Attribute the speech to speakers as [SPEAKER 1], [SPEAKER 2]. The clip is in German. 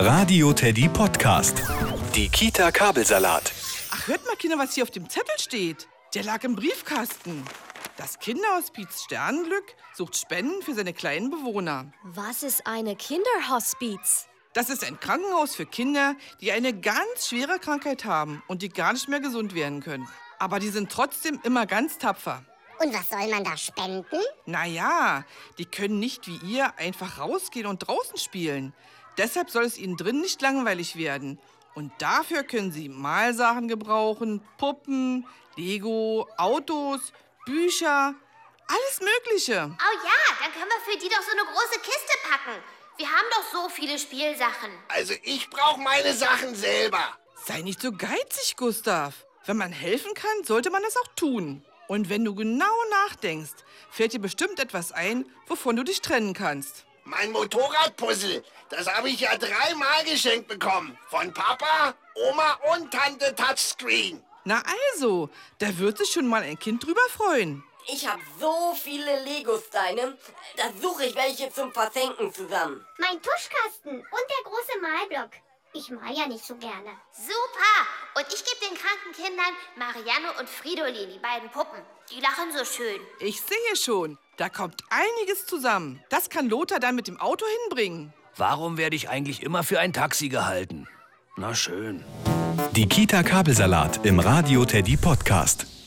[SPEAKER 1] Radio Teddy Podcast. Die Kita Kabelsalat.
[SPEAKER 2] Ach, hört mal, Kinder, was hier auf dem Zettel steht. Der lag im Briefkasten. Das Kinderhospiz Sternenglück sucht Spenden für seine kleinen Bewohner.
[SPEAKER 3] Was ist eine Kinderhospiz?
[SPEAKER 2] Das ist ein Krankenhaus für Kinder, die eine ganz schwere Krankheit haben und die gar nicht mehr gesund werden können. Aber die sind trotzdem immer ganz tapfer.
[SPEAKER 4] Und was soll man da spenden?
[SPEAKER 2] Naja, die können nicht wie ihr einfach rausgehen und draußen spielen. Deshalb soll es ihnen drin nicht langweilig werden. Und dafür können sie Malsachen gebrauchen, Puppen, Lego, Autos, Bücher, alles Mögliche.
[SPEAKER 5] Oh ja, dann können wir für die doch so eine große Kiste packen. Wir haben doch so viele Spielsachen.
[SPEAKER 6] Also ich brauche meine Sachen selber.
[SPEAKER 2] Sei nicht so geizig, Gustav. Wenn man helfen kann, sollte man das auch tun. Und wenn du genau nachdenkst, fällt dir bestimmt etwas ein, wovon du dich trennen kannst.
[SPEAKER 6] Mein Motorradpuzzle, das habe ich ja dreimal geschenkt bekommen. Von Papa, Oma und Tante Touchscreen.
[SPEAKER 2] Na also, da wird sich schon mal ein Kind drüber freuen.
[SPEAKER 7] Ich habe so viele Lego-Steine, da suche ich welche zum Versenken zusammen.
[SPEAKER 4] Mein Tuschkasten und der große Malblock. Ich mal ja nicht so gerne.
[SPEAKER 5] Super! Und ich gebe den kranken Kindern Marianne und Fridolin, die beiden Puppen. Die lachen so schön.
[SPEAKER 2] Ich sehe schon, da kommt einiges zusammen. Das kann Lothar dann mit dem Auto hinbringen.
[SPEAKER 8] Warum werde ich eigentlich immer für ein Taxi gehalten? Na schön.
[SPEAKER 1] Die Kita Kabelsalat im Radio Teddy Podcast.